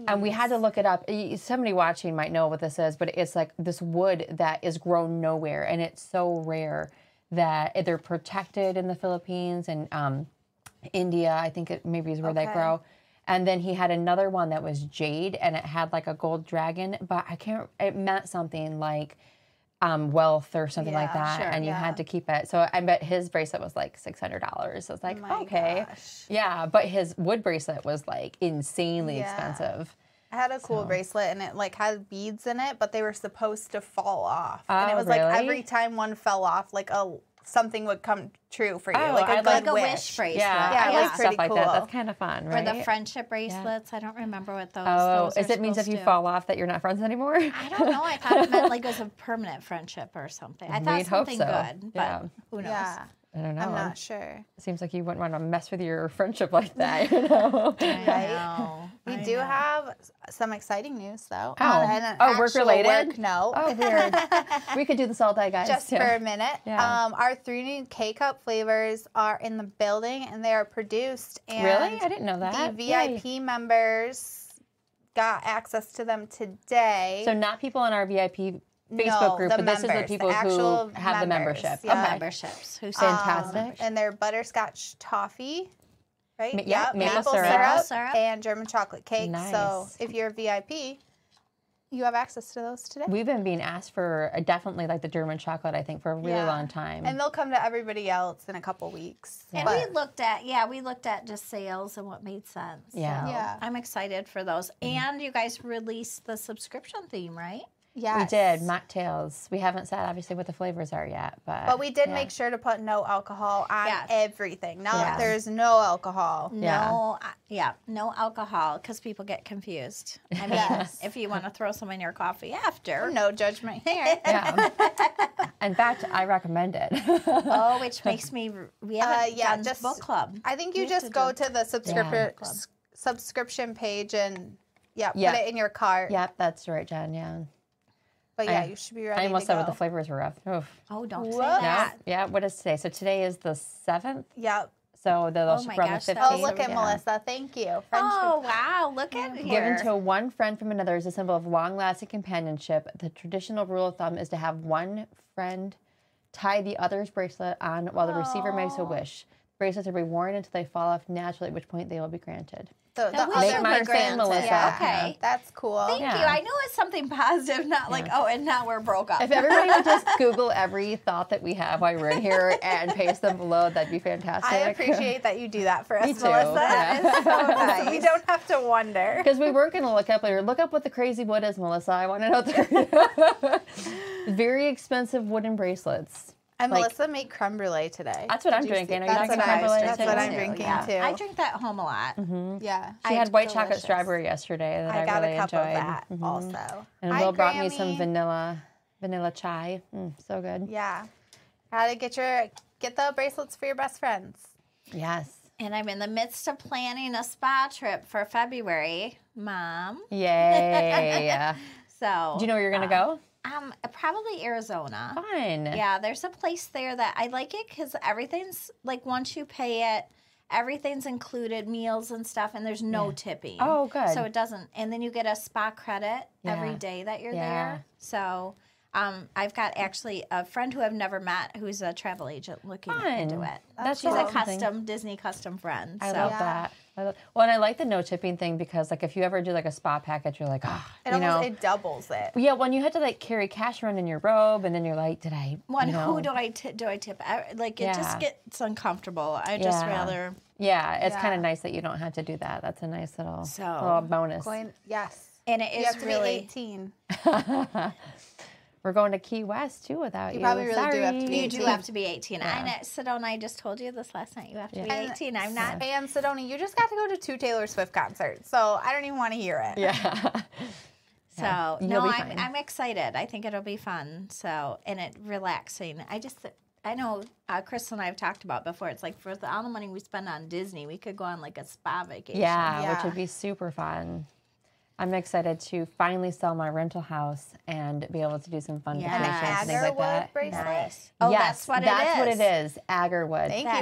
and we had to look it up. Y- Somebody watching might know what this is, but it's like this wood that is grown nowhere, and it's so rare that they're protected in the Philippines and um, India. I think it maybe is where they
Okay.
grow. And then he had another one that was jade, and it had like a gold dragon, but I can't. It meant something like um, wealth or something like
Yeah,
that,
sure,
and you
yeah.
had to keep it. So I bet his bracelet was like six hundred dollars. So it's like
Oh My
okay,
gosh.
yeah, but his wood bracelet was like insanely
Yeah.
expensive.
I had a cool bracelet and it like had beads in it, but they were supposed to fall off. and
Oh,
it was
really?
like every time one fell off, like a something would come true for you,
Oh,
like a
I'd
good
like
like a
wish.
wish bracelet.
Yeah,
Yeah,
I
it's
like stuff
pretty
like that.
cool.
That's kind of fun,
Or
right?
the friendship bracelets. I don't remember what those.
Oh,
those
is
are
it means if
supposed
you
to-
fall off that you're not friends anymore?
I don't know. I thought it meant like it was a permanent friendship or something. I thought
Mm-hmm. We'd hope
something
so.
good, but
Yeah.
who knows?
Yeah,
I don't know.
I'm not sure.
Seems like you wouldn't want to mess with your friendship like that, you know?
I know.
We
I
do
know.
have some exciting news though.
Oh.
on an
Oh, work
actual
related?
Work note.
Oh, weird. we could do this all day, guys.
just
yeah.
for a minute.
Yeah.
Um, our three new K cup flavors are in the building and they are produced. And
Really? I didn't know that.
The
Yay.
VIP members got access to them today.
So not people in our VIP Facebook
No,
group,
the
but this is the
members, the
people who
actual
have the
members,
membership.
yeah.
Okay.
memberships. Who
Um,
said
Fantastic.
and they're butterscotch toffee, right?
Ma- yeah, maple syrup.
Maple syrup.
and German chocolate cake. So
Nice.
if you're a VIP, you have access to those today.
We've been being asked for uh, definitely like the German chocolate, I think, for a really
Yeah.
long time.
and they'll come to everybody else in a couple weeks.
And
But-
we looked at yeah, we looked at just sales and what made sense.
Yeah. Mm-hmm.
So
Yeah.
I'm excited for those. And you guys released the subscription theme, right?
yes.
we did mocktails. We haven't said obviously what the flavors are yet, but
But we did
yeah.
make sure to put no alcohol on
Yes.
everything. Not
Yes.
there's no alcohol.
Yeah.
No, uh, yeah, no alcohol because people get confused. I mean, if you want to throw some in your coffee
Hmm.
after,
No judgment here.
Yeah. In fact, I recommend it.
oh, which makes me r- we
Uh,
haven't
yeah,
done
just-
book club.
I think you
We have
just
to
go
do-
to the subscription
Club.
subscription page and yeah,
Yeah.
put it in your cart.
yep, that's right, Jen. Yeah.
But yeah,
I-
you should be ready.
I almost
to
said
go.
what the flavors were of. Oof.
Oh, don't say
Whoa.
No?
that.
Yeah, what is today? So today is the seventh.
Yep.
So the
my
around
gosh,
the
that
15th.
was
Oh, look at
yeah.
Melissa. Thank you. Friendship.
Oh wow, look at
Given
here.
to one friend from another is a symbol of long lasting companionship. The traditional rule of thumb is to have one friend tie the other's bracelet on while the receiver makes a wish. Bracelets are be worn until they fall off naturally, at which point they will be granted.
the, the
we
other
should
Make mine
person.
say Melissa.
Yeah,
Okay.
that's cool.
Thank you.
Yeah.
I knew it's something positive, not like, oh, and now we're broke up.
If everybody would just Google every thought that we have while we're in here and paste them below, that'd be fantastic.
I appreciate that you do that for us,
Me too,
Melissa.
yeah.
That is so nice. We don't have to wonder.
Because we were going to look up later. Look up what the crazy wood is, Melissa. I want to know. The Very expensive wooden bracelets.
And
Like-
Melissa made creme brulee today.
That's what I'm
Did you see-
drinking. Are you
That's
drinking
what
creme brulee
I- that's
today?
what I'm
too? Mm-hmm.
drinking
Yeah.
too.
I drink that at home a lot.
Yeah.
She
I-
had white chocolate
delicious.
strawberry yesterday that I,
I got
really
a cup
enjoyed. Mm-hmm.
of that also.
And
Hi,
Will brought me some
Grammy.
vanilla, vanilla chai. Mm, so good.
Yeah. Gotta get your get the bracelets for your best friends.
Yes.
And I'm in the midst of planning a spa trip for February, mom.
Yay.
So,
Do you know where you're gonna Oh, go?
um, probably Arizona.
Uh,
Fine.
Yeah, there's a place there that I like it because everything's like once you pay it, everything's included, meals and stuff, and there's no tipping.
Oh, good.
So it doesn't, and then you get a spa credit
Yeah.
every day that you're
Yeah.
there. So um, I've got actually a friend who I've never met who's a travel agent looking into
Fun.
it.
That's
She's
awesome.
a custom Disney custom friend.
I
so.
love
Yeah.
that. I love, well, and I like the no tipping thing because like if you ever do like a spa package, you're like, ah,
It
you know.
almost it doubles it.
yeah, when you had to like carry cash around in your robe, and then you're like, did I?
One,
you know?
who do I ti- do I tip? I- Like it
Yeah.
just gets uncomfortable. I just
Yeah.
rather
Yeah, it's
Yeah.
kind of nice that you don't have to do that. That's a nice little,
So,
little bonus.
Going yes.
and it
you
is
have to
really
be 18.
We're going to Key West too without you.
probably really do have to
Sorry.
be
You do
18.
have to be 18. I know, Sedona, I just told you this last night. You have to be
And
18. I'm not.
And Sedona, you just got to go to two Taylor Swift concerts, so I don't even want to hear it.
Yeah. Yeah,
So,
you'll
no,
be
I'm,
fine.
I'm excited. I think it'll be fun. So, and it relaxing. I just, I know uh, Crystal and I have talked about before. It's like for the amount of money we spend on Disney, we could go on like a spa vacation.
Yeah, which
Yeah.
would be super fun. I'm excited to finally sell my rental house and be able to do some fun
Yeah.
vacations
An
and things like
Agarwood
that.
bracelet?
Nice. Oh,
yes,
that's what
that's
it
what
is.
it is. Agarwood.
Thank you,
That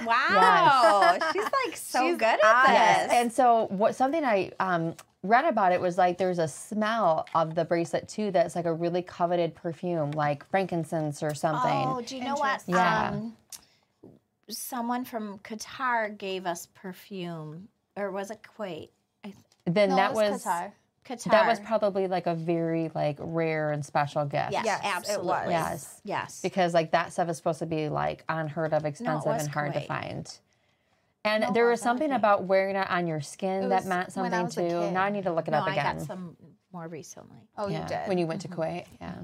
Melissa.
is. Wow. She's like so
She's
good at
on
this.
it.
Yes. And so what something I um, read about it was like there's a smell of the bracelet too that's like a really coveted perfume, like frankincense or something.
Oh, do you know what?
Interesting.
Yeah.
Um, someone from Qatar gave us perfume, or was it Kuwait? I th-
then
No,
that
it
was,
Qatar.
Qatar.
that was probably like a very like rare and special gift.
yes,
Yes, it
absolutely.
was.
Yes.
Yes.
because like that stuff is supposed to be like unheard of expensive
was
and hard to
Kuwait.
find. And there was something about wearing it on your skin that
was
meant
when I
something
was a
too.
kid.
Now I need to look it
no,
up
I
again.
got some more recently.
Oh,
yeah,
you did.
when you went to Kuwait. Yeah,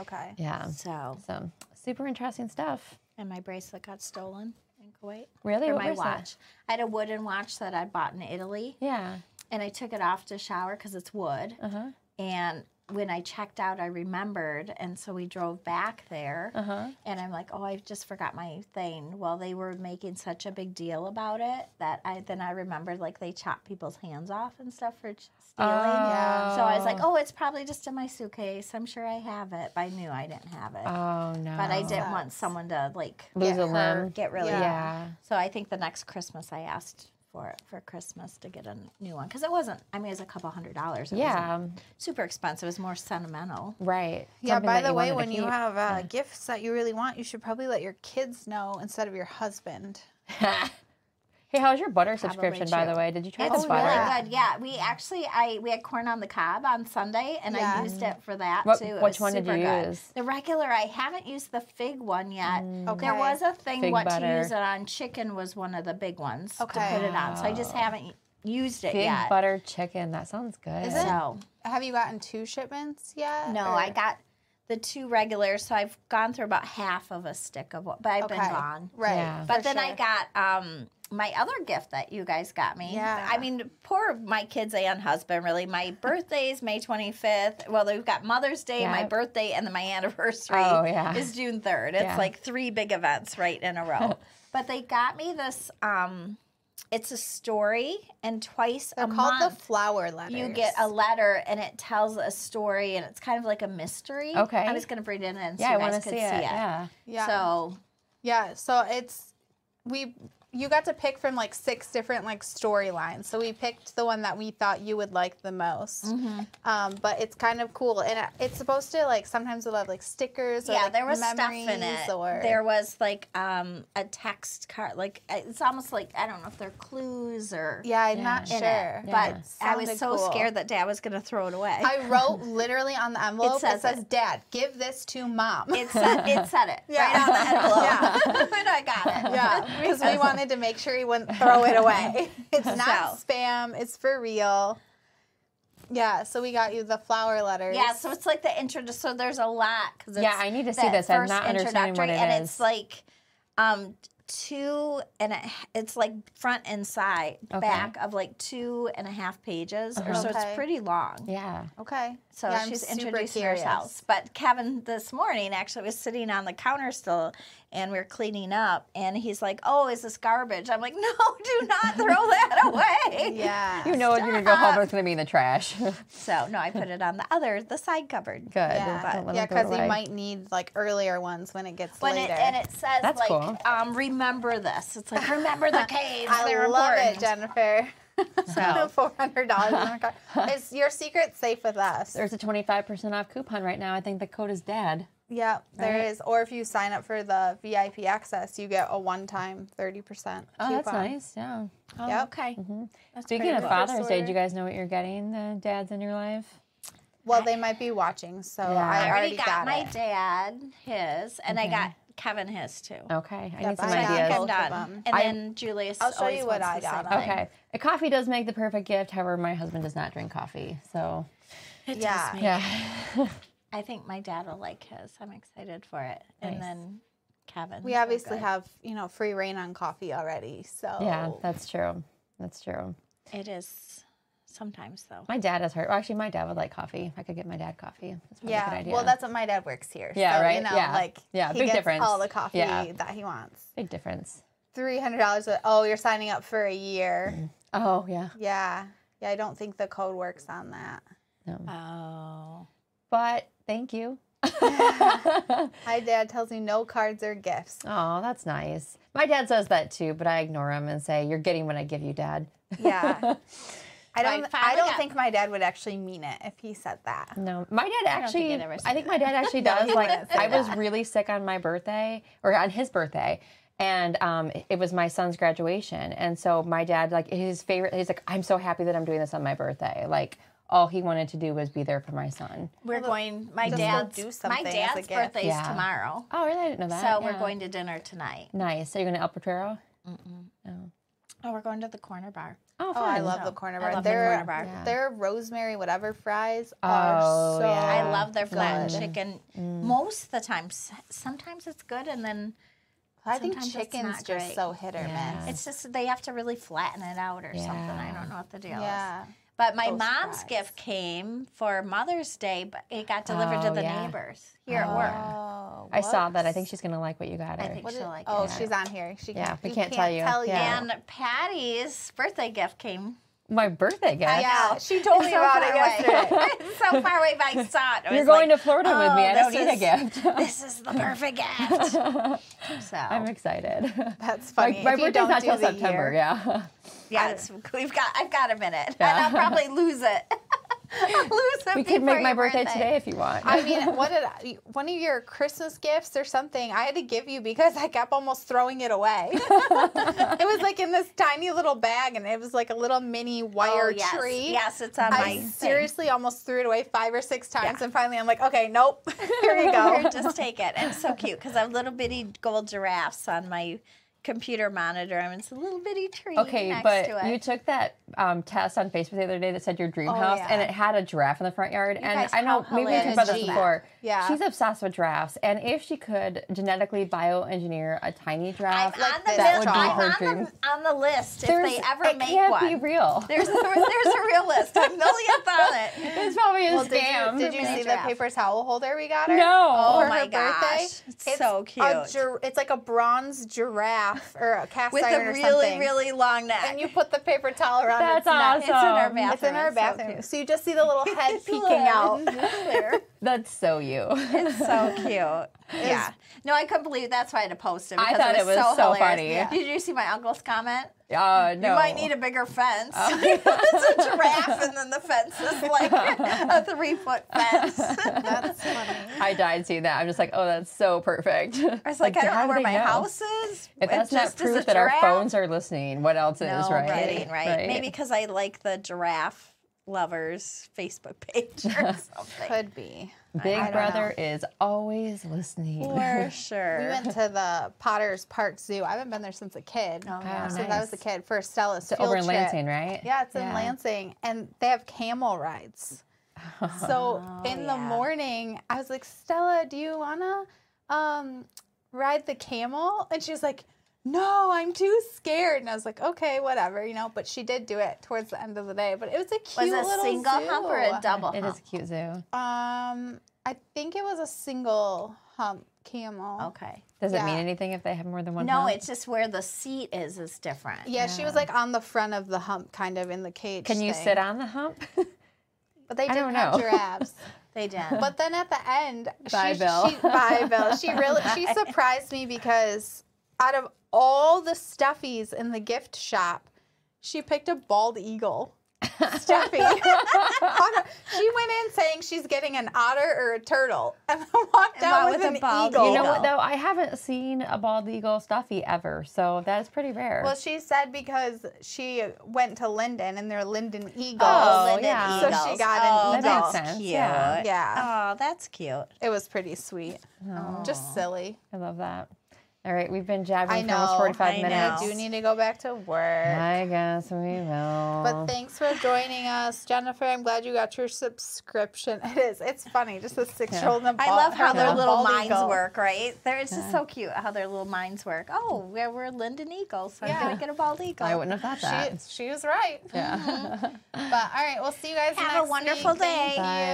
okay.
yeah.
So,
So super interesting stuff.
and my bracelet got stolen in Kuwait.
Really?
Or
What
my
was that?
watch. I had a wooden watch that I bought in Italy,
Yeah.
and I took it off to shower because it's wood.
Uh-huh.
And when I checked out, I remembered, and so we drove back there.
Uh-huh.
And I'm like, oh, I just forgot my thing. Well, they were making such a big deal about it that I then I remembered like they chopped people's hands off and stuff for ch- stealing.
Oh,
So I was like, oh, it's probably just in my suitcase. I'm sure I have it, but I knew I didn't have it.
Oh no.
but I didn't want someone to like
lose
get
a limb.
get really.
yeah.
Yeah.
So I think the next Christmas I asked for it for Christmas to get a new one because it wasn't. I mean, it was a couple hundred dollars. It wasn't
Yeah.
super expensive. It was more sentimental.
Right.
Yeah,
Something
by
that
the way,
wanted
when
to
you
keep.
have uh, gifts that you really want, you should probably let your kids know instead of your husband.
Hey, how's your butter
Probably
subscription by
true.
the way? Did you try
It's
the
really
butter?
yeah.
good. Yeah, we actually I we had corn on the cob on Sunday, and
Yeah.
I used it for that
What-
too. It was
which one did
super
you
good.
use? Mm.
The regular. I haven't used the fig one yet. There
Okay.
was a thing
Fig
what
butter.
to use it on. Chicken was one of the big ones
Okay.
to put it on. So I just haven't used it
Big
yet.
Oh. butter chicken. That sounds good.
Is it?
So
Have you gotten two shipments yet?
no,
or-
I got the two regulars. So I've gone through about half of a stick of what, but I've been
Okay.
gone.
Right.
Yeah.
But
for
then I
sure.
got um, my other gift that you guys got me.
Yeah.
I mean, poor my kids and husband, really. My birthday's May 25th. Well, we've got Mother's Day, my
Yep.
birthday, and then my anniversary
Oh, yeah.
is June 3rd. It's
Yeah.
like three big events right in a row. but they got me this um, it's a story, and twice
They're
a
called
month
the flower letters.
you get a letter and it tells a story and it's kind of like a mystery.
Okay.
I was going to bring it in and so
Yeah, I
you
want
guys
to
could
see it. Yeah.
yeah.
So
Yeah, so it's we you got to pick from like six different like storylines. So we picked the one that we thought you would like the most.
Mm-hmm.
Mm-hmm.
Um, but it's kind of cool, and it- it's supposed to like sometimes we'll have like stickers. Or,
yeah,
like,
there was stuff
memories
in it.
Or
There was like um, a text card, like it's almost like I don't know if they're clues or
yeah, I'm not
in
sure.
it,
Yeah.
But I was
Sounded
so
cool.
scared that Dad was gonna throw it away.
I wrote literally on the envelope. It says,
says it.
"Dad, give this to mom."
it said it said it right
Yeah.
on the envelope.
Yeah.
and I got it.
yeah, because we wanted to make sure he wouldn't throw it away. It's not
So.
spam. It's for real. Yeah, so we got you the flower letters.
Yeah, so it's like the intro. So there's a lot. 'cause
Yeah,
it's
I need to see
that
this. I'm
first
not understanding what
introductory,
it
and
is.
it's like, um, two and a, h- it's like front and side
Okay.
back of like two and a half pages, or so
Okay.
it's pretty long.
Yeah.
Okay.
So
Yeah, I'm
she's
super
introducing
curious.
herself. But Kevin this morning actually was sitting on the counter still and we are cleaning up and he's like, Oh, is this garbage? I'm like, No, do not throw that away.
Yeah.
You know, when you're gonna go home, it's gonna be in the trash. Good.
So no, I put it on the other the side cupboard.
Yeah,
Don't let
yeah,
them throw it
because you
away.
might need like earlier ones when it gets
When
later.
it, and it says
That's
like
cool.
um, remember this. It's like remember the caves.
I
They're
love
important.
it, Jennifer.
So
Four hundred dollars in our car. Is your secret safe with us?
There's a 25% off coupon right now. I think the code is DAD.
Yeah, there is.
Right.
Or if you sign up for the VIP access, you get a one-time thirty percent.
Oh, that's nice. Yeah.
oh,
Yep.
okay.
Mm-hmm. Speaking
pretty
of
cool.
Father's Day,
First
do you guys know what you're getting the dads in your life?
Well, they might be watching, so
Yeah.
I,
I already got, my
it.
dad his and I got Kevin his too.
Okay. I
but
need Mm-hmm. Oh, some
I
I think
got
I'm
both
ideas.
of
done.
them.
And
I-
then Julius
I'll show
always
you what
wants
I
the same
got on.
thing.
Okay. A coffee does make the perfect gift. However, my husband does not drink coffee. So,
It
Yeah.
does make-
yeah.
I think my dad will like his. I'm excited for it. And
Nice.
then Kevin.
We obviously have you know free reign on coffee already, so
Yeah, that's true. That's true.
It is sometimes though.
My dad is hurt. Well, actually, my dad would like coffee. I could get my dad coffee. That's probably a good
yeah.
idea.
Well, that's what my dad works here.
Yeah,
so, You
right?
know,
Yeah.
like
Yeah,
he
big
gets
difference.
all the coffee
Yeah.
that he wants.
big difference.
Three hundred dollars. Oh, you're signing up for a year.
Oh, yeah.
yeah, yeah. I don't think the code works on that.
No.
Oh.
But thank you.
My dad tells me no cards or gifts.
Oh, that's nice. My dad says that too, but I ignore him and say, "You're getting what I give you, Dad."
Yeah. I don't. I,
finally
don't
got-
think my dad would actually mean it if he said that.
No, my dad
don't
actually.
think
I
I'd ever
think,
say
my dad actually does. like, I was really sick on my birthday or on his birthday, and um, it was my son's graduation, and so my dad, like, his favorite, he's like, "I'm so happy that I'm doing this on my birthday." Like, all he wanted to do was be there for my son.
We're going my
just go
dad's
do
my
something as a
dad's
gift.
birthday is
Yeah.
tomorrow.
Oh, really? I didn't know that.
So we're
Yeah.
going to dinner tonight.
Nice. Are you going to El Potrero?
Oh, we're going to the corner bar.
Oh,
Oh, I
fun.
love the corner bar.
love the
their
corner bar.
Yeah.
their rosemary whatever fries are
Oh, Mm.
so.
yeah.
I love their flat
good.
chicken. Most of the time, S- sometimes it's good, and then
I think
Sometimes it's
chicken's
not
just
great.
so hit or
Yeah.
miss.
it's just they have to really flatten it out or something. I
Yeah.
don't know what the deal is.
Yeah.
But my
Those
mom's
fries.
gift came for Mother's Day, but it got delivered
Oh,
to the
yeah.
neighbors here
Oh,
at work.
yeah.
Oh,
I saw that. I
whoops.
think she's going to like what you got her.
I think
What
she'll
is-
like
oh,
it.
she's on here. She
Yeah,
can't,
we
you
can't tell you. Yeah.
And Patty's birthday gift came.
my birthday gift.
I know. She told me about it yesterday.
it's so far away, but I saw it. I
You're
was
going
like,
to Florida with me.
"Oh,
I don't
this
need a
is-
gift.
this is the perfect gift. So
I'm excited.
That's
My,
funny.
my
If you
birthday's
don't
not
do
till
the year-
September. Yeah.
yeah, it's, we've got. I've got a minute,
Yeah.
and I'll probably lose it. I'll lose it.
we could
before
make my
your
birthday, today if you want.
I mean, what did I, one of your Christmas gifts or something I had to give you because I kept almost throwing it away. it was like in this tiny little bag, and it was like a little mini wire
Oh, yes.
tree.
Yes, it's on my
I
thing.
seriously almost threw it away five or six times, and finally I'm like, okay, nope, here you go.
Here, just take it. And it's so cute because I have little bitty gold giraffes on my computer monitor. and it's a little bitty tree
okay,
next to
but
it. Oh,
you took that um, test on Facebook the other day that said your dream house,
yeah.
and it had a giraffe in the front yard. and
guys,
I know
how
maybe we talked about this
hilarious.
before.
Yeah.
She's obsessed with giraffes, and if she could genetically bioengineer a tiny
I'm
giraffe,
like
on the
this
list.
would be
I'm
her
on
dream.
the, on the list if
there's-
they ever
it
make
can't
one.
be real.
There's a, there's a real list. I'm million wallet.
It's probably a
Well, did
scam.
you, did you see the
Giraffe.
paper towel holder we got her?
No.
Oh,
Oh
for
my
her
gosh.
birthday.
It's so
A
cute.
gir- it's like a bronze giraffe or a cast
With
iron
a
or
really,
something.
really long neck.
and you put the paper towel around its
That's
neck.
it's in our
Awesome.
bathroom.
It's in our
so
bathroom.
cute.
So, you just see the little head peeking out.
That's so you.
It's so cute. Yeah. No, I couldn't believe that's why I had to post it.
I
because
thought it was so
hilarious.
funny.
Yeah. Did you see my uncle's comment?
Uh, no. Oh.
You might need a bigger fence. it's a giraffe, and then the fence is like a three foot fence. I
That's funny.
I died seeing that. I'm just like, oh, that's so perfect. I
was like, I don't
how
know
do
where
they
my
know?
house is.
If that's
it
not
just is a
proof that our
giraffe.
phones are listening, what else
no
is right?
kidding, right? Maybe because I like the giraffe lovers Facebook page or something.
Could be.
Big
don't
Brother is always listening.
For
We
sure.
went to the Potter's Park Zoo. I haven't been there since a kid. Oh,
yeah.
So that was a kid for Stella's field
Over in
trip.
Lansing, right?
Yeah, it's in Lansing, and they have camel rides. So in the
Oh, yeah.
morning, I was like, Stella, do you wanna um, ride the camel? And she was like, No, I'm too scared. And I was like, Okay, whatever, you know. But she did do it towards the end of the day. But it was a
Was
cute
it a
little
single
zoo.
hump or a double
It
hump?
is a cute zoo.
Um, I think it was a single hump camel.
Okay.
Does it mean
yeah.
anything if they have more than one?
No,
home?
it's just where the seat is is different.
Yeah, she was like on the front of the hump, kind of in the cage.
Can you
thing.
sit on the hump?
But they
I
didn't
don't
have
know.
giraffes.
They did.
But then at the end,
Bye,
she,
Bill.
She, bye, Bill. She really she surprised me because out of all the stuffies in the gift shop, she picked a bald eagle stuffy. On a- she went in saying she's getting an otter or a turtle, and then walked
And
out
went
with,
with
an
a bald
eagle.
You know what
Eagle.
though? I haven't seen a bald eagle stuffy ever, so that is pretty rare.
Well, she said because she went to Linden and they're Linden eagles.
Oh,
Linden
yeah. So
she
Eagles.
got an
oh,
eagle.
That's
That makes sense,
cute.
yeah.
Yeah.
Oh, that's cute.
It was pretty sweet. Just silly.
I love that. All right, we've been jabbing
I
for almost
know,
forty-five
I know.
minutes.
I do need to go back to work.
I guess we will.
But thanks for joining us, Jennifer. I'm glad you got your subscription. It is. It's funny. Just a six year old and a
I
bald-
love how their
a
little
bald
minds
eagle.
work, right? They're, it's just so cute how their little minds work. Oh, we're, we're Linden Eagles, so
Yeah.
I'm going to get a bald eagle.
I wouldn't have thought that.
She, she was right.
yeah.
But all right, we'll see you guys.
Have a
next
wonderful
week. Thank
day.
you.
Bye.